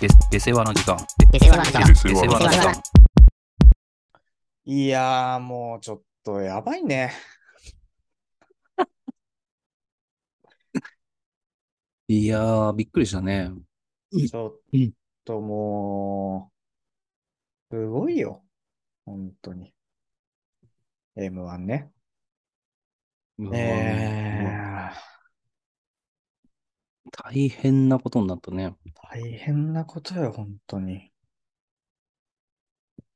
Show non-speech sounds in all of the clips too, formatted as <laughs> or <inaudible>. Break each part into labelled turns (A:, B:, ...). A: で、で世話の時間。
B: で世話の時間。
A: で
C: で
A: 世
C: 世
A: 話
C: 話
A: の
C: の
A: 時
C: 時
A: 間
B: 間。
D: いやー、もうちょっとやばいね。
A: いやー、びっくりしたね。
B: うん
D: ちょ
B: う
D: っ
B: ん
D: ともう、すごいよ。本当に。M1 ね。え
A: うわ大変なことになったね。
D: ー、大変なことよ、本当に。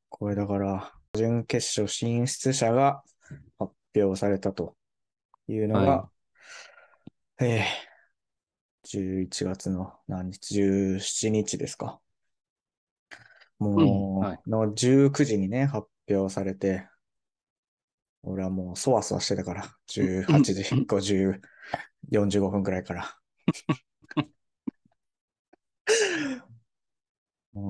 D: これだから、準決勝進出者が発表されたというのが
A: は、
D: えー、11月の何日 ?17 日ですか。もう、
A: うんはい
D: の19時にね、発表されて、俺はもうそわそわしてたから、18時50、45分くら
A: <laughs>
D: いから。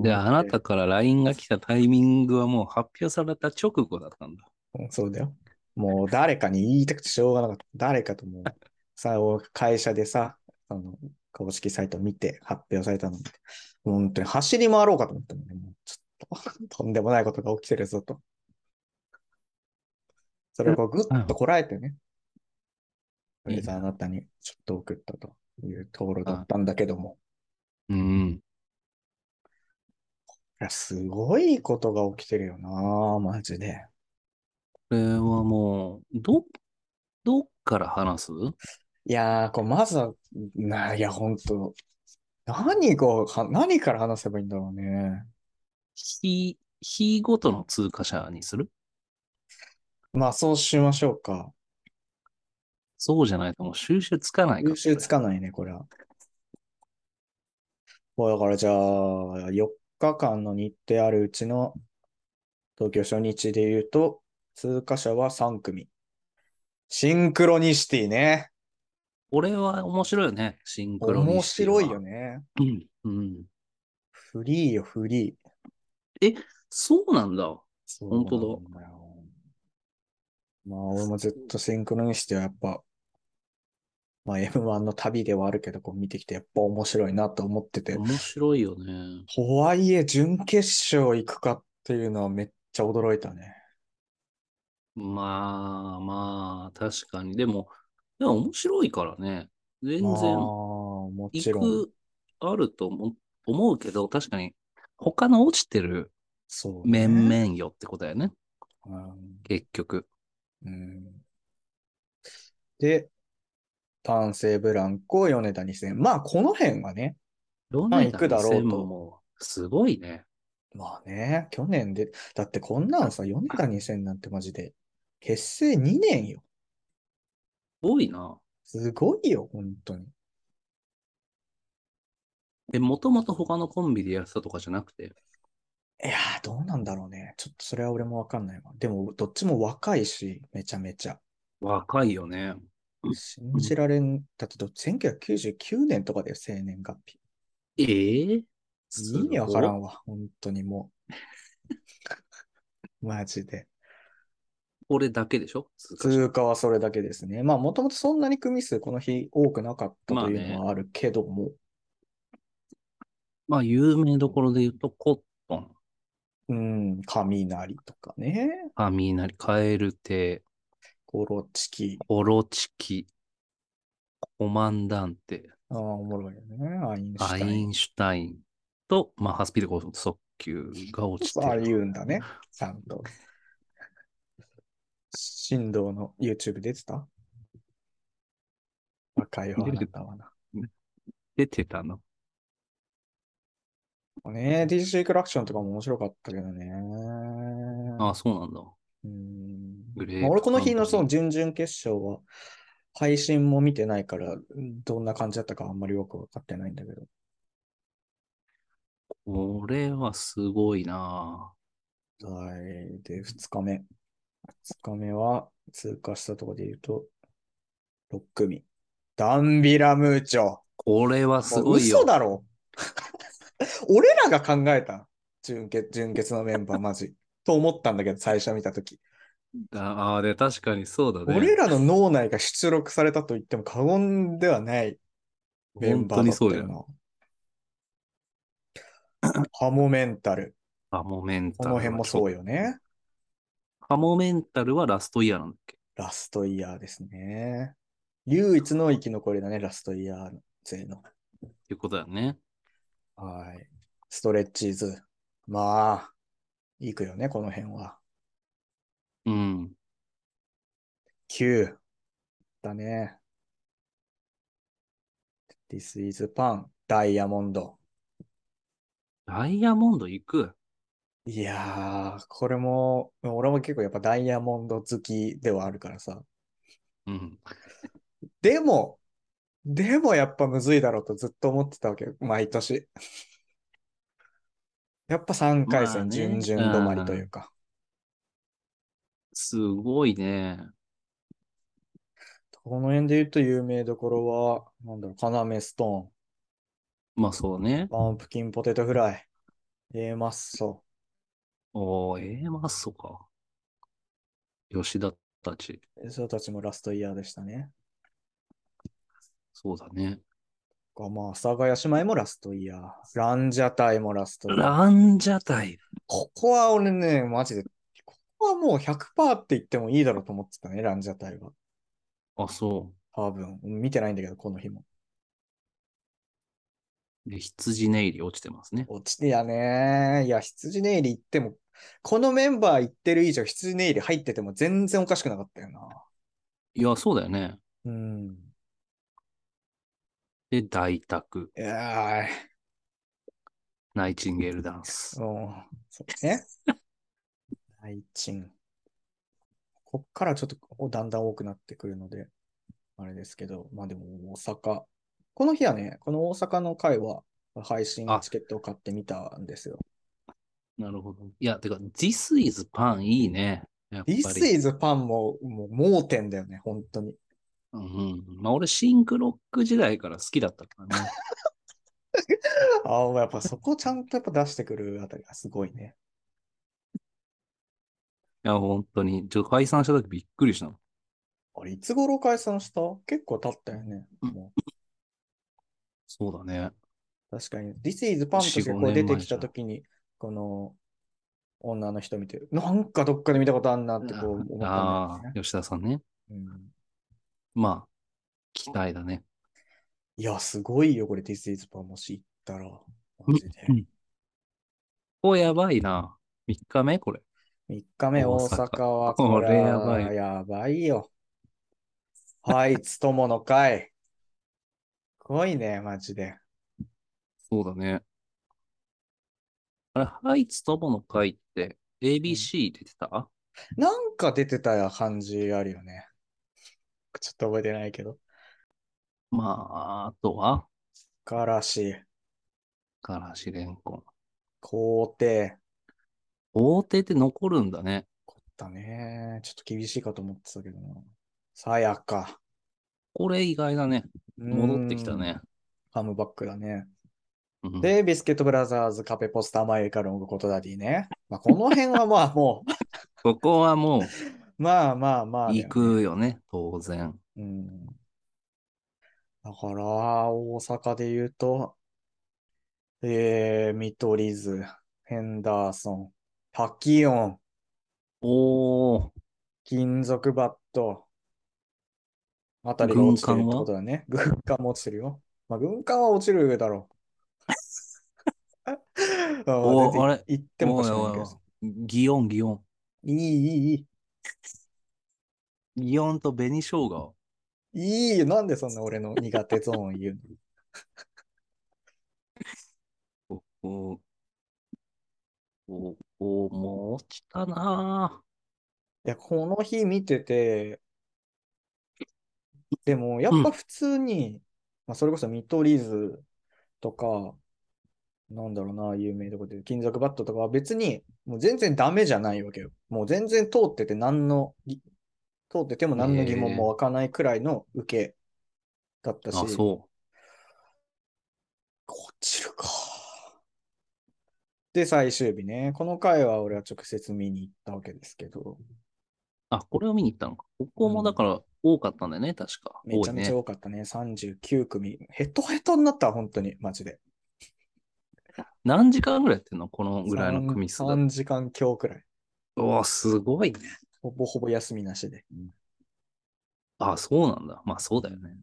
A: で、あなたから LINE が来たタイミングはもう発表された直後だったんだ。
D: うんそうだよ。もう誰かに言いたくてしょうがなかった。誰かともう、
A: <laughs>
D: さ、会社でさ、あの、公式サイト見て発表されたの。本当に走り回ろうかと思ったもんね。もうちょっと <laughs> 、とんでもないことが起きてるぞと。それをこうぐっとこらえてね。
A: うん
D: とりあえずあなたにちょっと送ったというところだったんだけども。
A: うん。
D: いや、すごいことが起きてるよなマジで。
A: これはもう、ど、どっから話す
D: いやー、こう、まずは、な、いや、ほんと、何が、は何から話せばいいんだろうね。
A: 日、日ごとの通過者にする
D: まあ、そうしましょうか。
A: そうじゃないともう収集つかないから。
D: 収集つかないね、これは。もうだから、じゃあ、4日間の日程あるうちの、東京初日で言うと、通過者は3組。シンクロニシティね。
A: 俺は面白いよね、シンクロ
D: 面
A: ニシティは
D: 白いよね。
A: うん。うん。
D: フリーよ、フリー。
A: そうなんだ。
D: そう
A: 本当
D: なんだよ。まあ、俺もずっとシンクロニシティはやっぱ、まあ M1 の旅ではあるけど、こう見てきてやっぱ面白いなと思ってて、
A: 面白いよね。
D: とはいえ準決勝行くかっていうのはめっちゃ驚いたね。
A: まあまあ、確かに。でも、でも面白いからね。全
D: まあ、
A: 然、
D: もちろん。
A: 行く、あると思思うけど、確かに、他の落ちてる
D: そう、ね。
A: 面々よってことだよね、
D: うん
A: 結局。
D: うんで、丹精ブランコ、米田2000。まあ、この辺はね、
A: ど
D: まあ行くだろうと
A: も、すごいね。
D: まあね、去年で、だってこんなんさ、米田2000なんてマジで、結成2年よ。
A: 多いな。
D: すごいよ、本当に。
A: え、もともと他のコンビでやってたとかじゃなくて。
D: いやー、どうなんだろうね。ちょっとそれは俺もわかんないわ。でも、どっちも若いし、めちゃめちゃ。
A: 若いよね。
D: 信じられん。だってど、1999年とかだよ、生年月日。
A: ええ
D: 意味わから
A: ん。
D: んわ、本当にもう。 <laughs> マジで。
A: 俺だけでしょ通過者
D: 通過はそれだけですね。まあ、もともとそんなに組数この日多くなかったというのはあるけども、
A: まあ、有名どころで言うと、コットン、
D: うん、雷とかね、
A: 雷、カエルテ、
D: ゴロチキ、
A: オロチキ、コマンダンテ、
D: ああ、おもろいよね、アインシ
A: ア
D: ュタ
A: イ
D: イン。
A: ンシュタインと、まあ、ハスピルコ速球が落ちて
D: ああ
A: る。
D: 言うんだね、ちゃんと。振動の YouTube 出てた若いわ、あなたはな。
A: 出てたの。
D: ね DJ クラクションとかも面白かったけどね。
A: ああ、そうなんだ。
D: うん
A: グレー
D: まあ俺この日のそ
A: カン
D: の
A: ト
D: 準々決勝は配信も見てないから、どんな感じだったかあんまりよくわかってないんだけど。
A: リーこれはすごいな
D: はい。で、2日目。2日目は通過したところで言うと、6組。ダンビラムーチョ。
A: これはす
D: もう
A: ごいよ。
D: 嘘だろ。 <laughs> 俺らが考えた。純潔、純潔のメンバー、マジ。 <laughs> と思ったんだけど、最初見たとき。
A: ああ、で、確かにそうだね。
D: 俺らの脳内が出力されたと言っても過言ではないメン
A: 本当
D: バーだ
A: に
D: った
A: そうだ
D: よ
A: よ。
D: な。ハモメンタル。
A: ハモメンタ
D: こ
A: ル。
D: の辺もそう。よね。
A: ハモメンタルはラストイヤーなんだっけ
D: ラストイヤーですね。唯一の生き残りだね、ラストイヤー勢の。
A: っていうことだよね。
D: はい。ストレッチーズ。まあ、いくよね、この辺は。
A: うん。
D: 9。だね。This is Pan. ダイヤモンド。
A: ダイヤモンド行く
D: いやー、これも、俺も結構やっぱダイヤモンド好きではあるからさ。
A: うん。
D: でも、でもやっぱむずいだろうとずっと思ってたわけよ、毎年。やっぱ3回
A: まあ
D: 戦
A: ね
D: 準々止まりというか。
A: すごいね。
D: この辺で言うと有名どころは、なんだろう、カナメスト
A: まあそうね
D: ーン、。パンプキンポテトフライ、A マッソ、
A: おー、ええマッソか。吉田たち。
D: 人たちもラストイヤーでしたね。
A: そうだね。
D: がまあ、阿佐ヶ谷姉妹もラストイヤー。ランジャタイもラストイヤー。
A: ランジャタイ。
D: ここは俺ね、マジで、ここはもう100%って言ってもいいだろうと思ってたね、ランジャタイは。
A: あ、そ
D: 多分、見てないんだけど、この日も。
A: う。で、羊ネイリ落ちてますね。
D: 落ちてやねいや、羊ネイリ行っても、このメンバー行ってる以上、羊ネイリ入ってても全然おかしくなかったよな。
A: いや、そうだよね。
D: うん。
A: で、大宅、
D: いやー
A: ナイチンゲールダンス。
D: うん。そうね。 <laughs> 大賃。こっからちょっとおだんだん多くなってくるので、あれですけど、まあでも大阪。この日はね、この大阪の会は配信
A: あ
D: チケットを買ってみたんですよ。
A: なるほど。いや、てか、This is Pan いいね。やっぱり。
D: This is パンももう盲点だよね、本当に。
A: うん。まあ、俺、シンクロック時代から好きだったから
D: <laughs>
A: ね。
D: ああ、やっぱそこちゃんとやっぱ出してくるあたりがすごいね。
A: いや、本当に。ちょっと解散した時びっくりしたの。
D: あれ、いつ頃解散した結構経ったよね。も
A: そうだね。
D: う確かに。This is パンとしてこ
A: 4-5
D: う出て
A: 年前
D: き
A: じゃ
D: た
A: ん
D: ときに、この女の人見て、なんかどっかで見たことあんなってこう思ったんだ
A: あ
D: よ
A: あ
D: ね
A: ー、吉田さんね。
D: うん。
A: まあ、期待だね。
D: いや、すごいよ、これ This is パンもし行ったら。マジで
A: うん。お、やばいな。3日目これ。
D: 3日目、
A: 大
D: 大
A: 阪
D: 阪は
A: こ
D: こ
A: れ
D: れ
A: やばい
D: やばいよ。はい、つともの会。すごいね、マジで。
A: そうだね。あれ、ハイツ友の会って、ABC 出てた、
D: なんか出てた感じあるよね。ちょっと覚えてないけど。
A: まあ、あとは、
D: からし、
A: からしれんこん。
D: 皇帝。
A: 大手って残るんだね。
D: こったね。ちょっと厳しいかと思ってたけどな。さやか。
A: これ意外だね。
D: うん
A: 戻ってきた。ね。
D: カムバックだね。
A: うん
D: で、ビスケットブラザーズ、カペポスター、マイカロング、コトダディね。まあ、この辺はまあも
A: ここはもう
D: う、 <laughs> まあまあまあ、
A: 行。くよね、当然。
D: うん。だから、大阪で言うと、えー、見取り図、ヘンダーソン、タキオン、
A: おー、
D: 金属バット、あたりが落ちてるってことだね。軍艦も落ちてるよ。まあ、軍艦は落ちるだろ
A: <laughs>
D: う。あ
A: お
D: 出て
A: あれ
D: 行ってもおかしくない
A: おいお
D: け
A: い
D: ど
A: おい祇園、祇園。
D: いい、いい、い
A: 祇園と紅生姜。
D: い。いいよ。なんでそんな俺の苦手ゾーン言う
A: ここ、ここも落ちたな
D: のいや、この日見てて、でも、やっぱ普通に、まあ、それこそ見取り図とか、なんだろうな、有名とこで、金属バットとかは別に、もう全然ダメじゃないわけよ。もう全然通ってて、何のぎ、通ってても何の疑問も湧かないくらいの受けだったし、
A: あ、そ
D: 落ちるか。で、最終日ね。この回は俺は直接見に行ったわけですけど、
A: う。あ、これを見に行ったのか。ここもだから多かったんだよね、確か。
D: めちゃめち
A: 多い
D: ゃ
A: ね。
D: 多かったね。39組。ヘトヘトになった、本当に、マジで。
A: 何時間ぐらいやってんのこのぐらいの組数だと。
D: 3時間強くらい。
A: おーすごいね。
D: ほぼほぼ休みなしで。
A: あ、そうなんだ。まあそうだよね。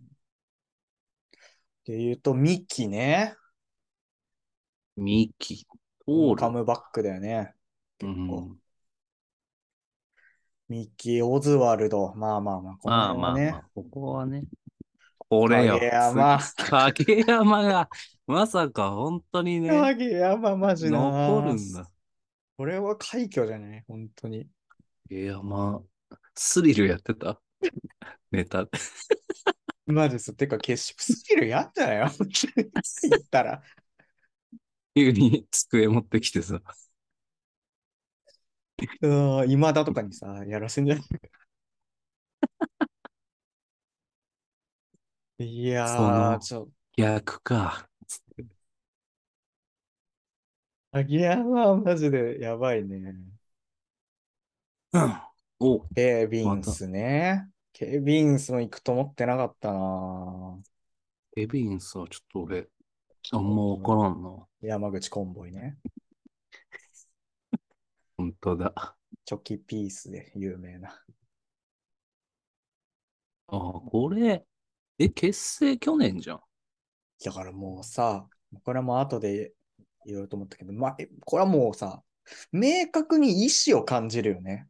D: で言うと、ミッキーね。
A: ミキ、オー
D: カ
A: ル。
D: ムバックだよね。
A: う
D: 結構。
A: ん、
D: ミッキー、オズワルド。まあまあまあ、こ
A: まあ
D: の
A: まあ、
D: 辺は
A: ま
D: ね。
A: あ、ここはね。これよ。
D: 影山
A: 次 <laughs> 影山が、まさか本当にね、
D: 影山マジな。
A: 残るんだ。。
D: これは快挙じゃない本当に。
A: 影山、スリルやってたネタ。
D: マジです。てか、決勝スキルやったよ。
A: <laughs>
D: 言ったら。
A: 急に机持ってきてさ。
D: うん、今だとかにさ、やらせんじゃないいやー、ちょっと。
A: 逆か。つって
D: 影山はマジでやばいね。
A: うんお、
D: ケビンスね。ケビンスも行くと思ってなかったな
A: エビンスはちょっと俺、あんまわからんな。
D: 山口コンボイね。
A: 本当だ。あ
D: チョキピースで有名な。
A: あ、これ、え、結成去年じゃん。
D: だからもうさ、これはもう後で言おうと思ったけど、まあ、えこれはもうさ、明確に意志を感じるよね。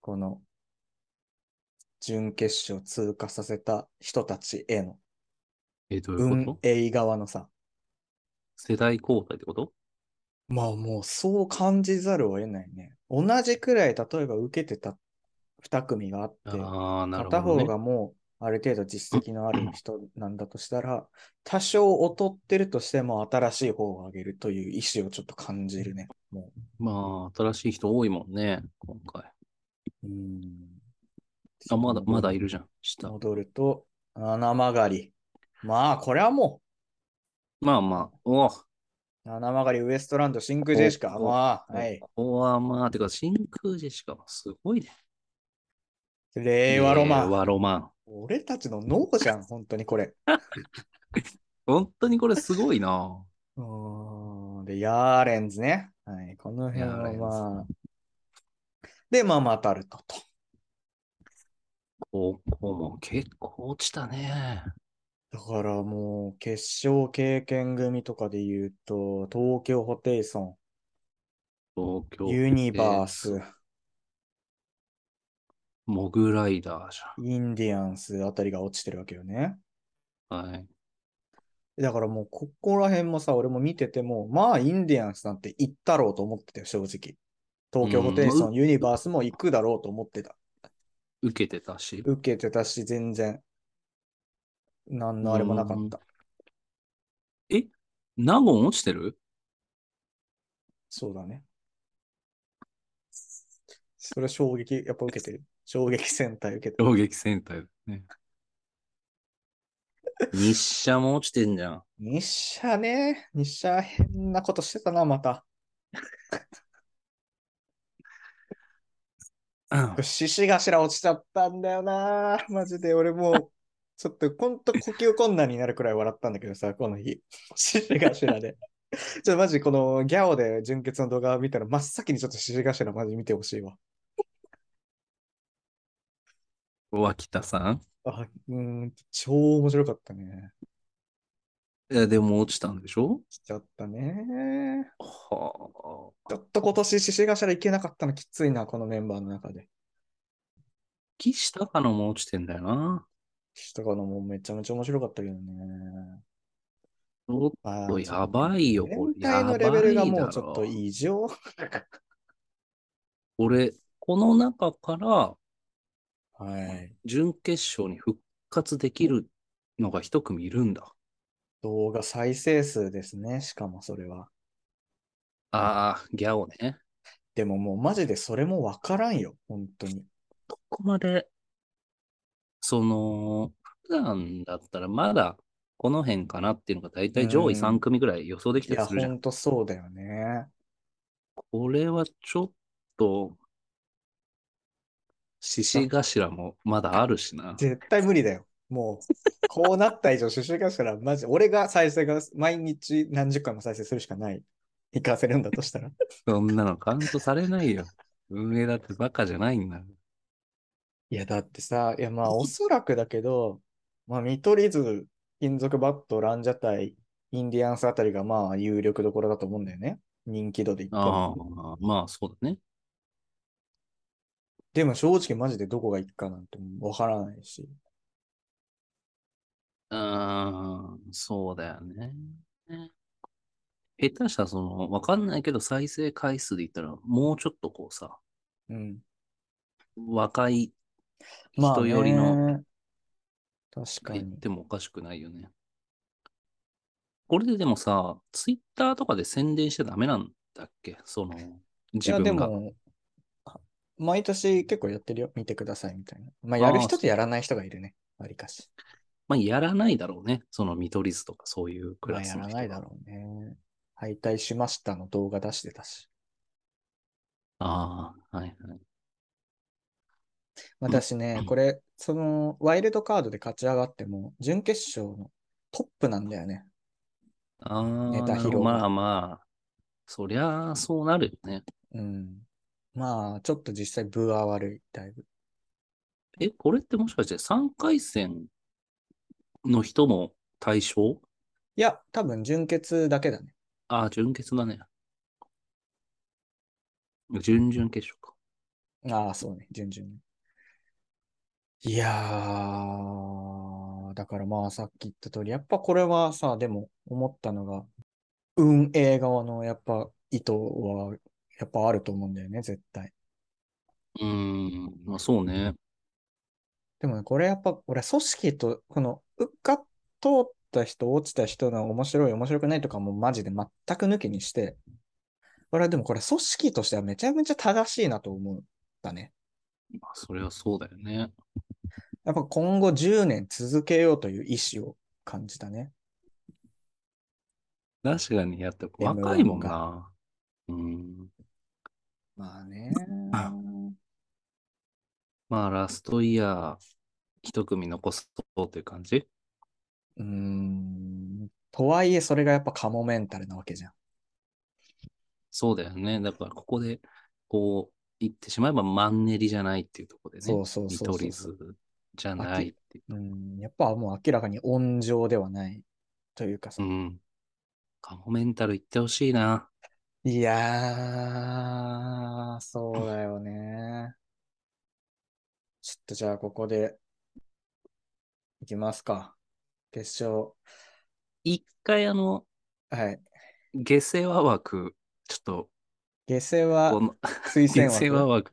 D: この、準決勝通過させた人たちへの
A: え、どういうこ
D: 運
A: と
D: 営側のさ、
A: 世代交代ってこと
D: まあもうそう感じざるを得ないね。同じくらい例えば受けてた2組があって、
A: ああ、なる
D: 片
A: ほど、
D: 方
A: ね。
D: がもうある程度実績のある人なんだとしたら、多少劣ってるとしても新しい方を上げるという意思をちょっと感じるね。も
A: まあ、新しい人多いもんね、今回。
D: ううん
A: あ、まだ、まだいるじゃん、下。
D: 戻ると、七曲がり。まあ、これはも
A: まあまあ、おこ
D: う、七曲がりウエストランド、真空ジェシカ。
A: お
D: まあ、はい。
A: こはまあ、てか、真空ジェシカもすごいね。
D: 令和ロマ
A: 令
D: ン。
A: 和ロマン。
D: 俺たちの脳じゃん、本当にこれ。
A: 本当にこれすごいな。
D: うーんで、ヤーレンズね。はい、この辺
A: ヤーレンズ
D: はまあ。で、まあまあ、タルトと。
A: ここも結構落ちたね。
D: だからもう、決勝経験組とかで言うと、東京ホテイソ
A: 東
D: ン、
A: 京。
D: ユニバー。ス、
A: モグライダーじ
D: インディアンスあたりが落ちてるわけよね。
A: ゃん。はい。
D: だからもう、ここら辺もさ、俺も見てても、まあ、インディアンスなんて行ったろうと思ってたよ、正直。東京ホテイソ
A: う
D: ン、ユニバースも行くだろうと思ってた。
A: 受けてたし。
D: 受けてたし、全然、なんのあれもなかった。
A: ナゴン落ちてる
D: そうだね。それ衝撃、やっぱ受けてる。衝撃戦隊受けてる。
A: 衝撃戦隊だ
D: <laughs>
A: ね。日射も落ちてんじゃん。 <coughs>
D: 日射ね。日射変なことしてたな、また。
A: うん
D: 獅子頭落ちちゃったんだよな。マジで、俺もう、ちょっと、ほんと呼吸困難になるくらい笑ったんだけどさ、この日。獅子頭で。ちょっとマジ、このギャオで純潔の動画を見たら、真っ先にちょっと獅子頭マジ見てほしいわ。
A: 脇田さん
D: あ、うーん、超面白かったね。
A: いや、でも落ちたんでしょ
D: しちゃったね。
A: はあ。
D: ちょっと今年、獅子頭いけなかったのきついな、このメンバーの中で。
A: 岸高野も落ちてんだよな。
D: 獅子頭のもめちゃめちゃ面白かったけどね。
A: ちょっ
D: あ
A: とやばいよ、これ。
D: 全体のレベルがもうちょっと異常。
A: 俺、この中から
D: はい。
A: 準決勝に復活できるのが一組いるんだ。
D: 動画再生数ですね、しかもそれは。
A: ああ、ギャオね。
D: でももうマジでそれもわからんよ、本当に。
A: ここまで、その、普段だったらまだこの辺かなっていうのが大体上位
D: うん
A: 3組ぐらい予想でき
D: い
A: たり
D: や、
A: するじゃん。
D: 本当そうだよね。
A: これはちょっと、獅子頭もまだあるしな。
D: 絶対無理だよ。もう、こうなった以上、収集化したら、マジ、俺が再生が、毎日何十回も再生するしかない。行かせるんだとしたら。
A: そんなのカウントされない <laughs> よ。運営だってバカじゃないんだ。
D: いや、だってさ、いや、まあ、おそらくだけど、まあ、見取り図、金属バット、ランジャタイ、インディアンスあたりが、まあ、有力どころだと思うんだよね。人気度で言ったら
A: あ。あ、まあそうだね。
D: でも、正直、マジでどこが行くかなんてわからないし。
A: うーん、そうだよね。下手したらその、わかんないけど再生回数で言ったら、もうちょっとこうさ、
D: うん。
A: 若い
D: まあ、
A: 人よりの
D: ね。確か
A: 言っ
D: に。
A: てもおかしくないよね。これででもさ、ツイッターとかで宣伝しちゃダメなんだっけその、自
D: いや、で
A: 分が。
D: も、あ毎年結構やってるよ。見てくださいみたいな。まあ、やる人とやらない人がいるね。わりかし。
A: まあ、やらないだろうね。その見取り図とかそういうクラス
D: ま
A: の
D: あ、や
A: 人
D: らな
A: は
D: いだろうね。敗退しましたの動画出してたし。
A: ああ、はいはい。
D: 私ね
A: う、ん
D: これ、その、ワイルドカードで勝ち上がっても、準決勝のトップなんだよね。
A: ああ、
D: ネタ
A: なる
D: 披
A: ほ
D: 露
A: どまあまあ、そりゃあそうなるよね。
D: うん。まあ、ちょっと実際、分は悪い、だいぶ。
A: え、これってもしかして3回戦の人も対象
D: いや、多分、準決だけだね。
A: ああ、準決だね。準々決勝か。
D: ああ、そうね、準々ね。いやー、だからまあ、さっき言った通り、やっぱこれはさ、でも、思ったのが、運営側の、やっぱ、意図は、やっぱあると思うんだよね、絶対。
A: うーん、まあそうね。
D: でもね、これやっぱ、俺、組織と、この、受かっ通った人、落ちた人の面白い、面白くないとかもマジで全く抜きにして、俺はでもこれ、組織としてはめちゃめちゃ正しいなと思うんだね。
A: まあそれはそうだよね。
D: やっぱ今後10年続けようという意思を感じたね。
A: 確かに、やって
D: で
A: 若いもん
D: 無音
A: な。うん。
D: まあね。
A: まあラストイヤー、一組残すとっていう感じ
D: うーん。とはいえ、それがやっぱカモメンタルなわけじゃん。
A: そうだよね。だからここで、こう、言ってしまえばマンネリじゃないっていうところでね。
D: そうそうそうそう
A: 見取り図じゃないっていう。
D: うん。やっぱもう明らかに温情ではないというかさ。
A: うん。カモメンタル行ってほしいな。
D: いやー、そうだよね。ちょっとじゃあ、ここで、いきますか。決勝。
A: 一回あの、
D: はい。
A: 下世話枠、ちょっと、
D: 下世は <laughs>
A: この、
D: 推薦
A: 下
D: 枠。
A: 世話枠、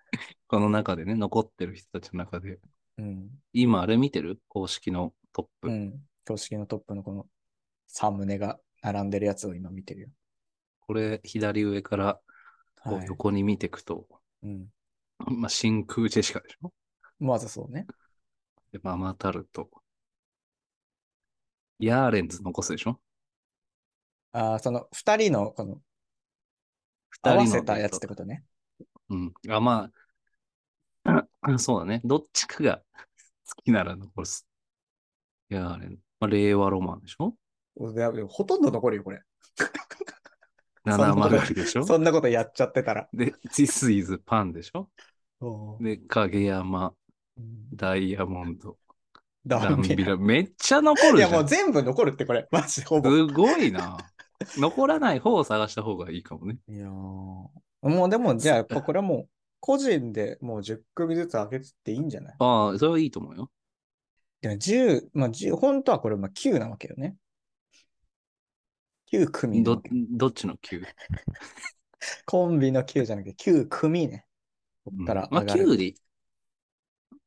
A: <laughs> この中でね、残ってる人たちの中で、
D: うん。
A: 今あれ見てる公式のトップ。
D: うん。公式のトップのこのサムネが並んでるやつを今見てるよ。
A: これ、左上からこ
D: は
A: う
D: い。
A: 横に見ていくと、
D: うん。
A: まあ、真空ジェシカでしょ
D: まずそうね。
A: で、ママタルト。ヤーレンズ残すでしょ
D: あーその、二人の、この、
A: 二
D: 合わ
A: 人の
D: せたやつってことね。
A: うん。あ、まあ、 <clears throat> そうだね。どっちかが <laughs> 好きなら残す。いや、あれ、まあ、令和ロマンでしょ
D: いやでもほとんど残るよ、これ。そんなことない
A: ?709 でしょ
D: <laughs> そんなことやっちゃってたら。
A: で、This is パンでしょ
D: おー
A: で、影山、
D: うん
A: ダイヤモンド、
D: ダ
A: ダン
D: ンビ
A: ビ
D: ラ。
A: ラ。めっちゃ残る
D: い
A: じ
D: や、も
A: ゃ。
D: うん全部残るって、これ。マジ、ほぼ。
A: すごいな。残らない方を探した方がいいかもね。
D: いやーもうでも、じゃあ、やっぱこれはもう、個人でもう10組ずつ上げてっていいんじゃない
A: ああ、それはいいと思うよ。
D: でも10、まあ10、本当はこれまあ9なわけよね。9組なわ
A: ど
D: け、
A: どっちの9、
D: コンビの9じゃなくて9組ね。こ
A: う
D: っ
A: ん、
D: か
A: ま
D: ら
A: あ、
D: 上がる。
A: 9でいい。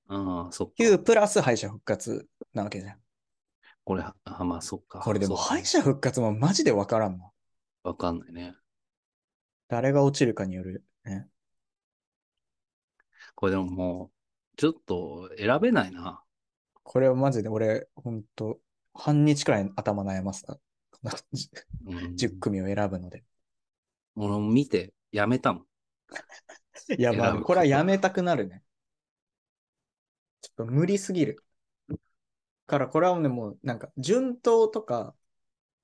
A: ああ、そっか。
D: 9プラス敗者復活なわけじゃん。
A: これ、あまあ、そっか。
D: これでも
A: そう
D: 敗者復活もマジでわからんの。
A: わかんないね。
D: 誰が落ちるかによる。ね、
A: これでももう、ちょっと選べないな。
D: これはマジで俺、ほんと、半日くらい頭悩ますな。この
A: うん、
D: 10組を選ぶので。
A: 俺も見て、やめたもん。
D: いや、まあ、
A: 選ぶ
D: これはやめたくなるね。ちょっと無理すぎる。からこれはね、もうなんか順当とか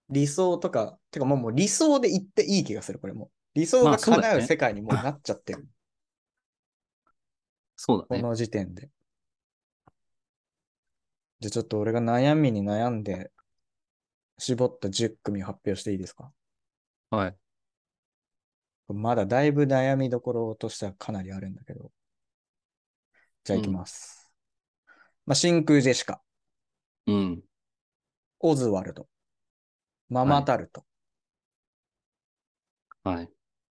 D: 理想とか、てかもうもう理想で言っていい気がする、これも。理想
A: ま
D: が
A: あそうだよね
D: 叶う世界にもうなっち
A: <laughs>
D: ゃってる、
A: そうだ
D: こ
A: ね。
D: の時点で。じゃあちょっと俺が悩みに悩んで、絞った10組発表していいですか
A: はい。
D: まだだいぶ悩みどころとしてはかなりあるんだけど。じゃあ行きます。まあ、真空ジェシカ、
A: うん。
D: オズワルド、ママタルト、
A: はい。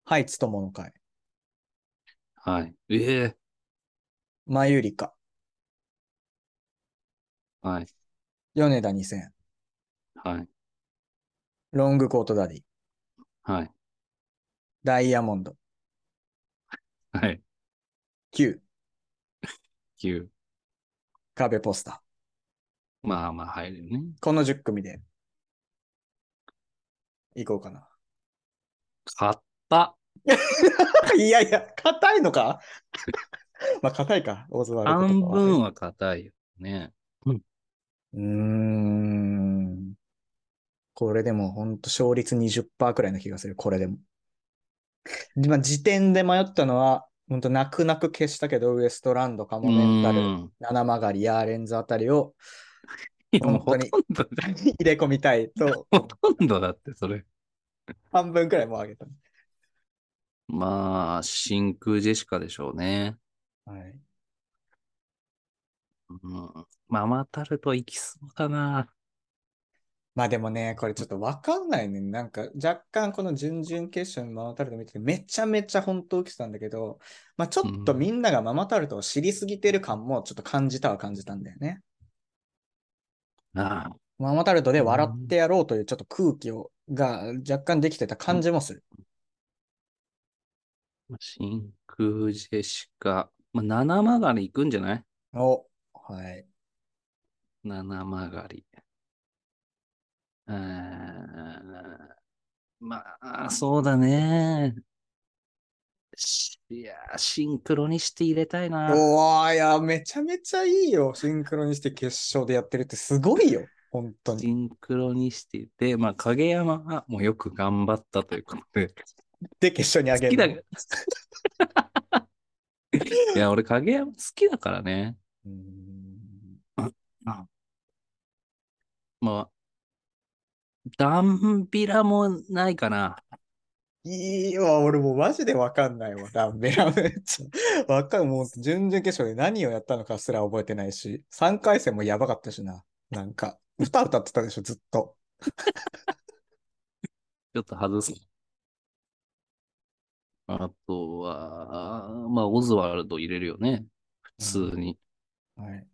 D: ハイツ友の会、
A: はい。ええ
D: マユリカ、
A: はい。
D: 米田2000、
A: はい。
D: ロングコートダディ、
A: はい。
D: ダイヤモンド、
A: はい。
D: Q、
A: 9。
D: 壁ポスター。
A: まあまあ入るよね。
D: この10組で、行こうかな。
A: 買った。
D: いやいや、硬いのか <laughs> まあ、硬いか、オズワルドとか
A: 半
D: は
A: 分は硬いよね。
D: うーん。これでもほんと勝率20%くらいの気がする、これでも。でまあ、時点で迷ったのは、ほんと泣く泣く消したけど、ウエストランド、カモメンタ
A: う
D: ル、
A: ん
D: 七曲り、ヤーレンズあたりを <laughs>
A: いや、もうほ
D: 本当
A: と
D: に
A: んどだ、
D: 入れ込みたいと、
A: ほとんどだって、それ。
D: 半分くらいもう上げた。
A: まあ、真空ジェシカでしょうね。
D: はい。
A: うん、ママタルト行きそうだな。
D: まあでもね、これちょっとわかんないね。なんか若干この準々決勝にママタルト見てて、めちゃめちゃ本当起きてたんだけど、まあちょっとみんながママタルトを知りすぎてる感もちょっと感じたは感じたんだよね。
A: ああ
D: ママタルトで笑ってやろうというちょっと空気を、が若干できてた感じもする。
A: 真空ジェシカ。まあ、七曲がり行くんじゃない
D: お、はい。
A: 七曲がり。うーんまあ、そうだね。しいやー、シンクロにして入れたいな。
D: おーいや、めちゃめちゃいいよ。シンクロにして決勝でやってるってすごいよ。本当に。
A: シンクロにしていて、まあ、影山がもうよく頑張ったということで。
D: で、決勝にあげ
A: 好きだ
D: る
A: けど。 <laughs> いや、俺、影山好きだからね。
D: の。うー
A: まあ、ダンビラもないかな。
D: んいいわ、俺もうマジでわかんないわ。ダンベラめっちゃ。わかんもう準々決勝で何をやったのかすら覚えてないし、3回戦もやばかったしな。なんか、歌歌ってたでしょ、ずっと。
A: ちょっと外す。あとは、まあ、オズワルド入れるよね。普通に。
D: はい。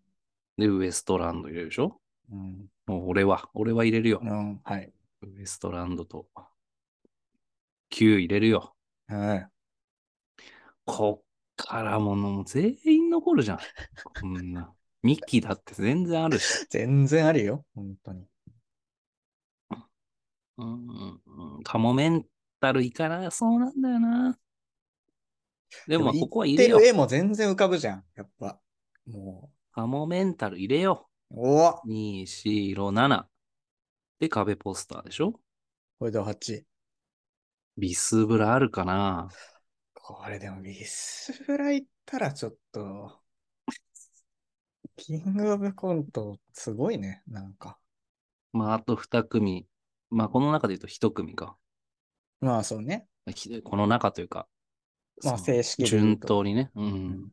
A: で、ウエストランド入れるでしょ
D: うん。
A: もう俺は、俺は入れるよ
D: う。ん、はい。
A: ウエストランドと。9入れるよ。
D: はい。
A: こっからものもう全員残るじゃん。こんな。ミッキーだって全然あるし。
D: 全然あるよ、本当に。
A: うんうんうん。カモメンタルいからそうなんだよな。でもまあ、
D: でも
A: ここは入
D: 言
A: れ
D: って
A: よ
D: る
A: う。
D: 絵も全然浮かぶじゃん、やっぱ。も
A: カモメンタル入れよ
D: う、おお
A: う。2、4、7。で、壁ポスターでしょ
D: これで8。
A: ビスブラあるかな
D: これでもミスフラ行ったらちょっと、キングオブコント、すごいね、なんか。
A: まあ、あと2組。まあ、この中で言うと1組か。
D: まあそうね。
A: ひこの中というか。
D: まあ
A: その
D: 正式で言う
A: 順
D: と。
A: 当にね。うん。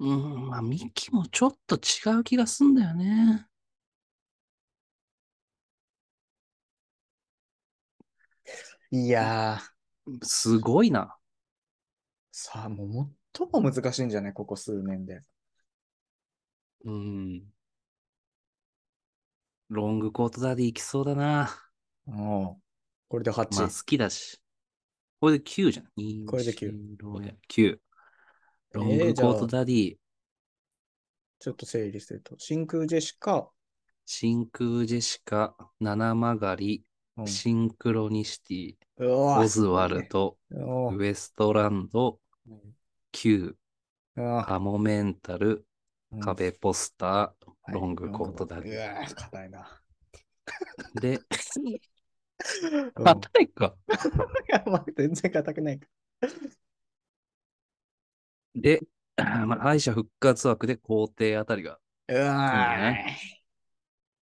A: うん、まあ、ミキもちょっと違う気がすんだよね。
D: いやー、
A: すごいな。
D: さあ、もう最も難しいんじゃないここ数年で。
A: うん。ロングコートダディ行きそうだな。
D: おうこれで8。
A: まあ、好きだし。これで9じゃん。2
D: これで九。
A: 4 9。ロン
D: えー
A: グ
D: じゃ
A: コ
D: あ
A: ートダディ、
D: ちょっと整理すると。真空ジェシカ、
A: 真空ジェシカ、七曲り、
D: うん
A: シンクロニシティ、
D: うわ
A: オズワル。ド、
D: おう
A: ウエストランド、
D: うん
A: Q、
D: うん
A: カモメンタル、
D: うん
A: 壁ポスタ
D: はい
A: ロングコートダディ
D: うわー硬いな。
A: ー。で、
D: うん
A: 硬いか。
D: いやまあ全然硬くない。
A: で、 <clears throat> あーまあ、敗者復活枠で皇帝あたりが、
D: うわ
A: いい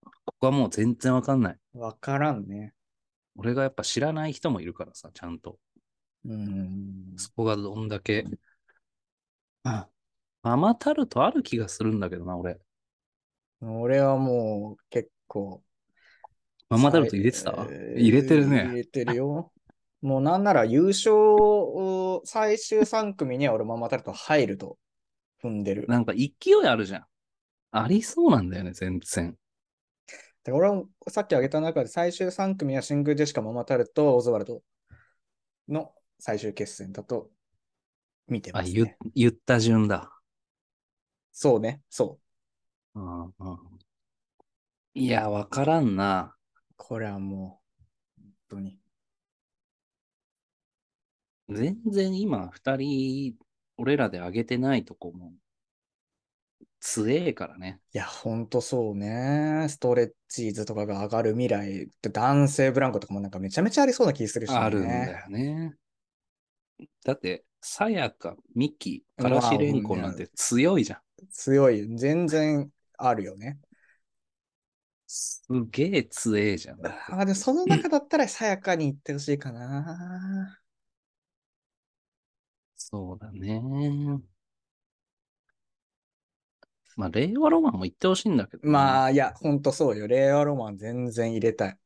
A: ここはもう全然わかんない。
D: ーわからんね。
A: 俺がやっぱ知らない人もいるからさ、ちゃんと。
D: うん。
A: そこがどんだけ。
D: あ
A: ママタルトある気がするんだけどな、俺。
D: 俺はもう結構。
A: ママタルト入れてた
D: えー
A: 入れてる
D: 入
A: ね。
D: れてるよ。もうなんなら優勝を、最終3組には俺ママタルト入ると踏んでる。
A: なんか勢いあるじゃん。ありそうなんだよね、全然。
D: だから俺もさっき挙げた中で最終3組は真空ジェシカ、ママタルト、オズワルドの最終決戦だと見て
A: あ、
D: ます、
A: ゆ
D: ね。
A: 言った順だ。
D: そうね、そ
A: う
D: う。
A: んうん、いや、わからんな。
D: これはもう、本当に。
A: 全然今、二人、俺らで上げてないとこも、強えからね。
D: いや、ほんとそうね。ストレッチーズとかが上がる未来って、男性ブランコとかもなんかめちゃめちゃありそうな気するし、ね。
A: あるんだよね。だって、さやか、ミキ、からしれんこなんて強いじゃん。
D: 強い。全然あるよ
A: <laughs>
D: ね。
A: すげえ強えじゃん。だって
D: あーでもその中だったらさやかに行ってほしいかな。
A: そうだね。まあ、令和ロマンも言ってほしいんだけど、
D: ま
A: あ。
D: あ、いや、ほんとそうよ。令和ロマン全然入れたい。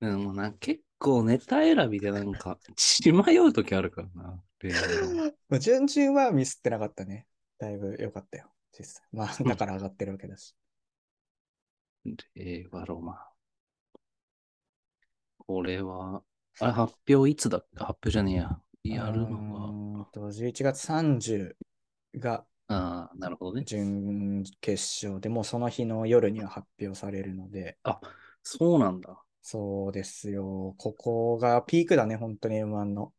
A: でもな、結構ネタ選びでなんか、血迷うときあるからな、令和ロマン
D: まあ、順々はミスってなかったね。だいぶ良かったよ。実際。まあ、だから上がってるわけだし。
A: 令和ロマン。これは、あれ、発表いつだっけ発表じゃねえや。やる
D: う
A: の
D: ーんと、11月30が
A: が。ああ、なるほどね。
D: 準決勝でもうその日の夜には発表されるので、
A: そうなんだ。
D: そうですよ。ここがピークだね、本当に M1 の。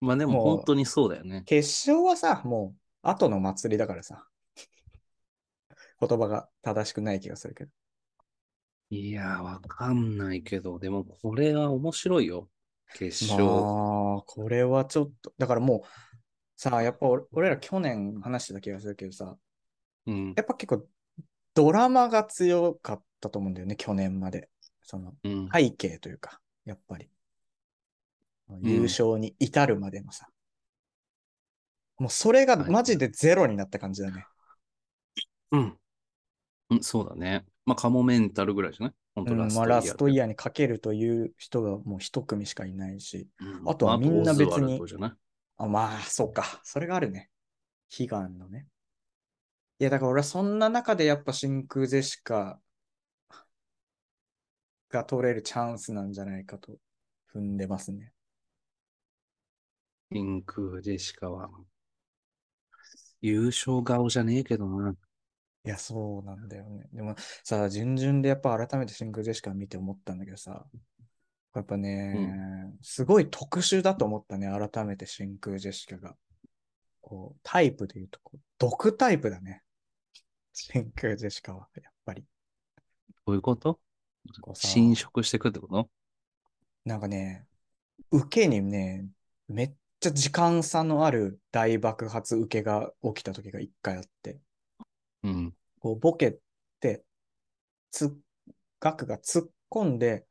A: まあでも
D: もう
A: 本当にそうだよね。
D: 決勝はさ、もう後の祭りだからさ。 <laughs> 言葉が正しくない気がするけど。
A: いやー、わかんないけど、でもこれは面白いよ。決
D: ま
A: 勝。
D: あ、これはちょっと、だからもう、さあ、やっぱ俺俺ら去年話してた気がするけどさ、
A: うん
D: やっぱ結構ドラマが強かったと思うんだよね、去年まで。その
A: うん。
D: 背景というか、やっぱり。優勝に至るまでのさ。もうそれが
A: はい
D: マジでゼロになった感じだね。
A: うん。うん、そうだね。まあ、カモメンタルぐらいじゃない本当
D: うん
A: ラス
D: ま
A: トイ
D: あ、
A: ヤー
D: ラストイヤーにかけるという人がもう一組しかいないし。
A: うん
D: あとはみんな
A: あ
D: 別に
A: とオズワルドじゃない
D: あまあ、そうか。それがあるね。悲願のね。いや、だから俺はそんな中でやっぱ真空ジェシカが取れるチャンスなんじゃないかと踏んでますね。
A: 真空ジェシカは。優勝顔じゃねえけどな。
D: いや、そうなんだよね。でもさ、順々でやっぱ改めて真空ジェシカ見て思ったんだけどさ、やっぱね、すごい特殊だと思ったね、改めて真空ジェシカが。こう、タイプで言うとこう、毒タイプだね。真空ジェシカは、やっぱり。
A: どういうこと
D: こうさ
A: 侵食してくってこと
D: なんかね、受けにね、めっちゃ時間差のある大爆発受けが起きた時が一回あって。
A: うん。
D: こうボケって、つ、額が突っ込んで、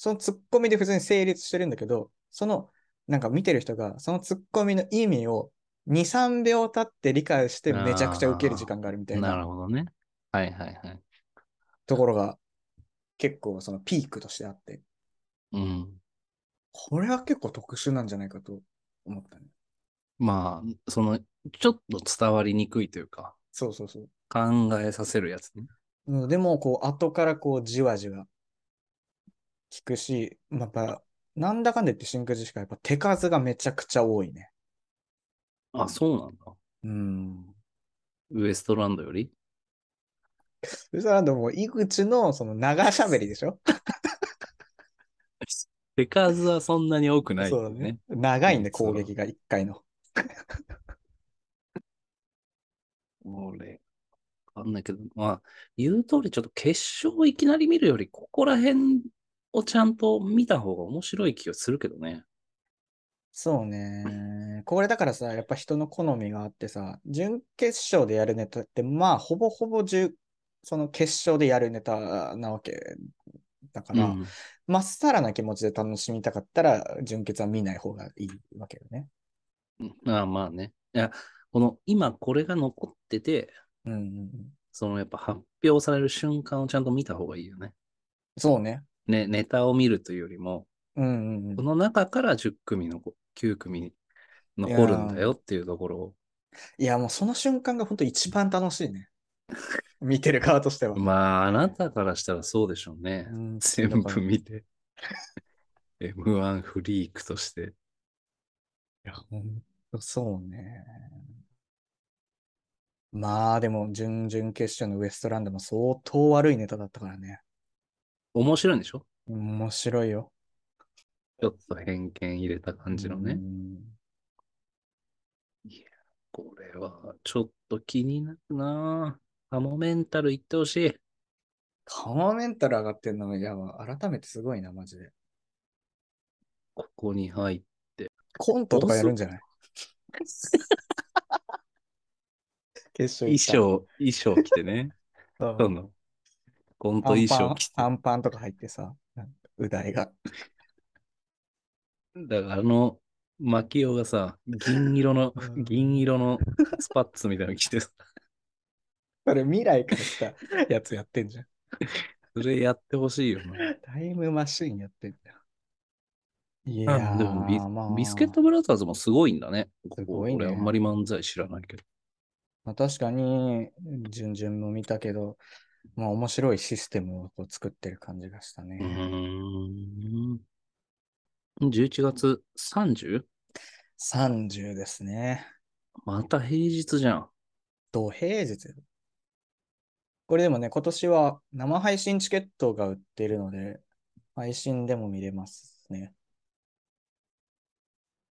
D: その突っ込みで普通に成立してるんだけど、その、なんか見てる人が、その突っ込みの意味を2、3秒経って理解してめちゃくちゃ受ける時間があるみたい
A: なる
D: な
A: ほどね。はいはいはい。
D: ところが、結構そのピークとしてあって、
A: うん。
D: これは結構特殊なんじゃないかと思ったね。
A: まあ、その、ちょっと伝わりにくいというか、
D: そうそうそう。
A: 考えさせるやつね。
D: うんでも、こう、後からこう、じわじわ聞くし、まあやっぱ、なんだかんだ言って真空ジェシカ、やっぱ手数がめちゃくちゃ多いね。
A: あ、そうなんだ。
D: うん。
A: ウエストランドより
D: そしたら、でも、井口のその長喋りで
A: <laughs>
D: しょ
A: 手数はそんなに多くない
D: そ
A: よ
D: うだ
A: ね。
D: ね。長いんで、
A: そう
D: 攻撃が1回の。
A: 俺、わかんないけど、まあ、言う通り、ちょっと決勝をいきなり見るより、ここら辺をちゃんと見た方が面白い気がするけどね。
D: そうね。これだからさ、やっぱ人の好みがあってさ、準決勝でやるネタって、まあ、ほぼほぼじゅその決勝でやるネタなわけだから、
A: うん
D: まっさらな気持ちで楽しみたかったら、純潔は見ない方がいいわけよね。
A: ああまあね。いや、この今これが残ってて、
D: うんうんうん。
A: そのやっぱ発表される瞬間をちゃんと見た方がいいよね。
D: そうね。
A: ね、ネタを見るというよりも、
D: うんうんう
A: こ
D: ん。
A: の中から10組の9組残るんだよっていうところを。
D: いや、もうその瞬間が本当一番楽しいね。見てる側としては。
A: まあ、あなたからしたらそうでしょうね
D: う。ん
A: 全
D: だ
A: 部
D: からい
A: 見て。M1 フリークとして。
D: や、ほんとそうね。まあ、でも、準々決勝のウエストランドも相当悪いネタだったからね。
A: 面白いんでしょ
D: 面白いよ。
A: ちょっと偏見入れた感じのね
D: う。ん
A: これはちょっと気になるなぁカモメンタル行ってほしい。
D: カモメンタル上がってんのが、いや、改めてすごいな、マジで。
A: ここに入って。
D: コントとかやるんじゃ <laughs> ない決勝
A: 衣
D: 行った
A: 装、衣装着て
D: <laughs>
A: ね。
D: そう
A: その、コント衣装着て。
D: 短パンとか入ってさ、なんかうだいが。
A: だからあの、マキオがさ、銀色の
D: う、ん
A: 銀色のスパッツみたいなの着てさ、
D: それ未来から来たやつやってんじゃん。
A: それやってほしいよな。
D: タイムマシーンやってんじゃん。い
A: あ
D: や
A: でもビス
D: ー、まあ、
A: ビスケットブラザーズもすごいんだね。
D: すごいね
A: ここ俺あんまり漫才知らないけど。
D: まあ、確かに、順々も見たけど、まあ面白いシステムをこう作ってる感じがしたね。
A: うーん。11月 30?
D: 30ですね。
A: また平日じゃん。
D: 土平日。これでもね、今年は生配信チケットが売ってるので、配信でも見れますね。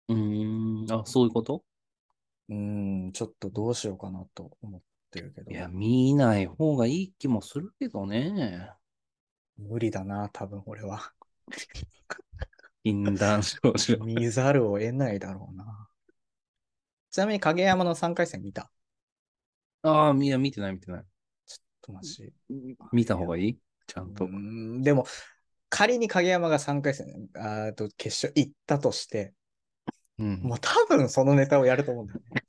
A: うーん。あ、そういうこと
D: うーん、ちょっとどうしようかなと思ってるけど
A: い、や、見ない方がいい気もするけど
D: <laughs>
A: ね。
D: 無理だな、多分俺は。
A: 禁断症状。
D: 見ざるを得ないだろうな。ちなみに影山の3回戦見た
A: ああ、いや、見てない、見てない。
D: マジ。
A: 見た方がいいちゃん
D: う
A: と。
D: ーん、でも、仮に影山が3回戦、あーと決勝行ったとして、
A: うん
D: もう多分そのネタをやると思うんだよね。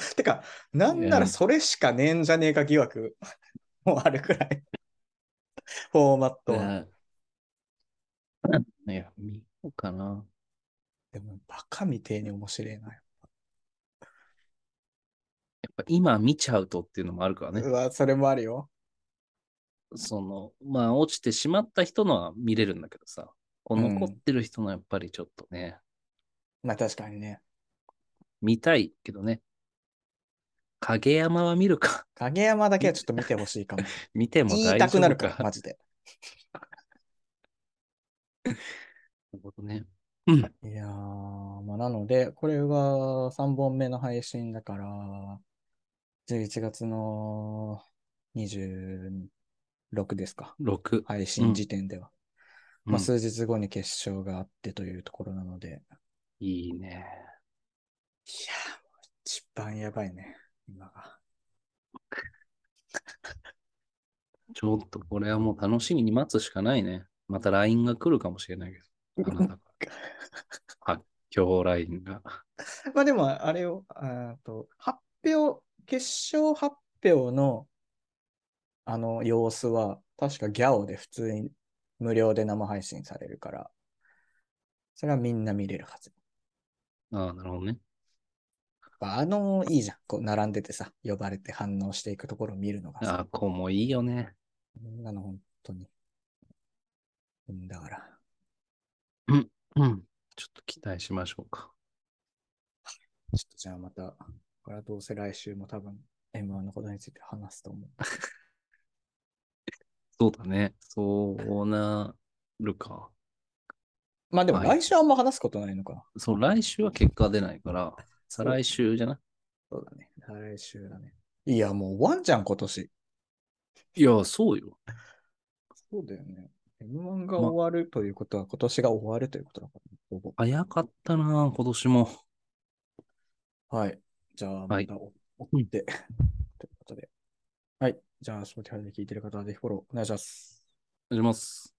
D: <laughs> てか、なんない
A: や
D: らそれしかねえんじゃねえか疑惑 <laughs> もあるくらい。フォーマットは。
A: ねいや、見ようかな。
D: でも、バカみてえに面白いな。
A: やっぱ今見ちゃうとっていうのもあるから
D: う
A: ね。
D: わ、それもあるよ。
A: その、まあ、落ちてしまった人のは見れるんだけどさ。こう
D: うん
A: 残ってる人のやっぱりちょっとね、
D: まあ確かにね。
A: 見たいけどね。影山は見るか。 <laughs>
D: 影山だけはちょっと見てほしいかも。
A: 見ても
D: 言い
A: 大丈夫か。
D: たくなるから、マジで。
A: なるほどね。うん。
D: いやー、まあなので、これが3本目の配信だから、11月の26ですか。
A: 6。
D: 配
A: う
D: 信
A: ん
D: 時点では。
A: うん
D: まあ、数日後に決勝があってというところなので、
A: い
D: いやー、
A: いね。
D: 一番やばいね、今が。
A: ちょっとこれはもう楽しみに待つしかないね。また LINE が来るかもしれないけ
D: <laughs>
A: ど。あなたから。発狂 LINE が。
D: まあでも、あれを、あーと発表、決勝発表の、あの様子は、確かギャオで普通に無料で生配信されるから、それはみんな見れるはず。
A: ああ、なるほどね。
D: あの、いいじゃん。こう、並んでてさ、呼ばれて反応していくところを見るのがさ
A: ああ、子もいいよね。
D: こんなの本当に。うんだから。
A: うん。ちょっと期待しましょうか。
D: ちょっとじゃあまた、これはどうせ来週も多分 M1 のことについて話すと思う。
A: そうだね。そうなるか。
D: まあでも
A: はい
D: 来週あんま話すことないのかな。
A: そう、来週は結果出ないから、再来週じゃない
D: そうだね。来週だね。いや、もうワンじゃん、今年。
A: いや、そうよ。
D: そうだよね。M1 が終わるということは、今年が終わるということだから、ほぼ
A: 早かったな、今年も。
D: はい。じゃあ、ま
A: はい
D: たお <laughs> 追って、ということで。はい。じゃあ、スポティファイで聞いてる方はぜひフォローお願いします。
A: お願いします。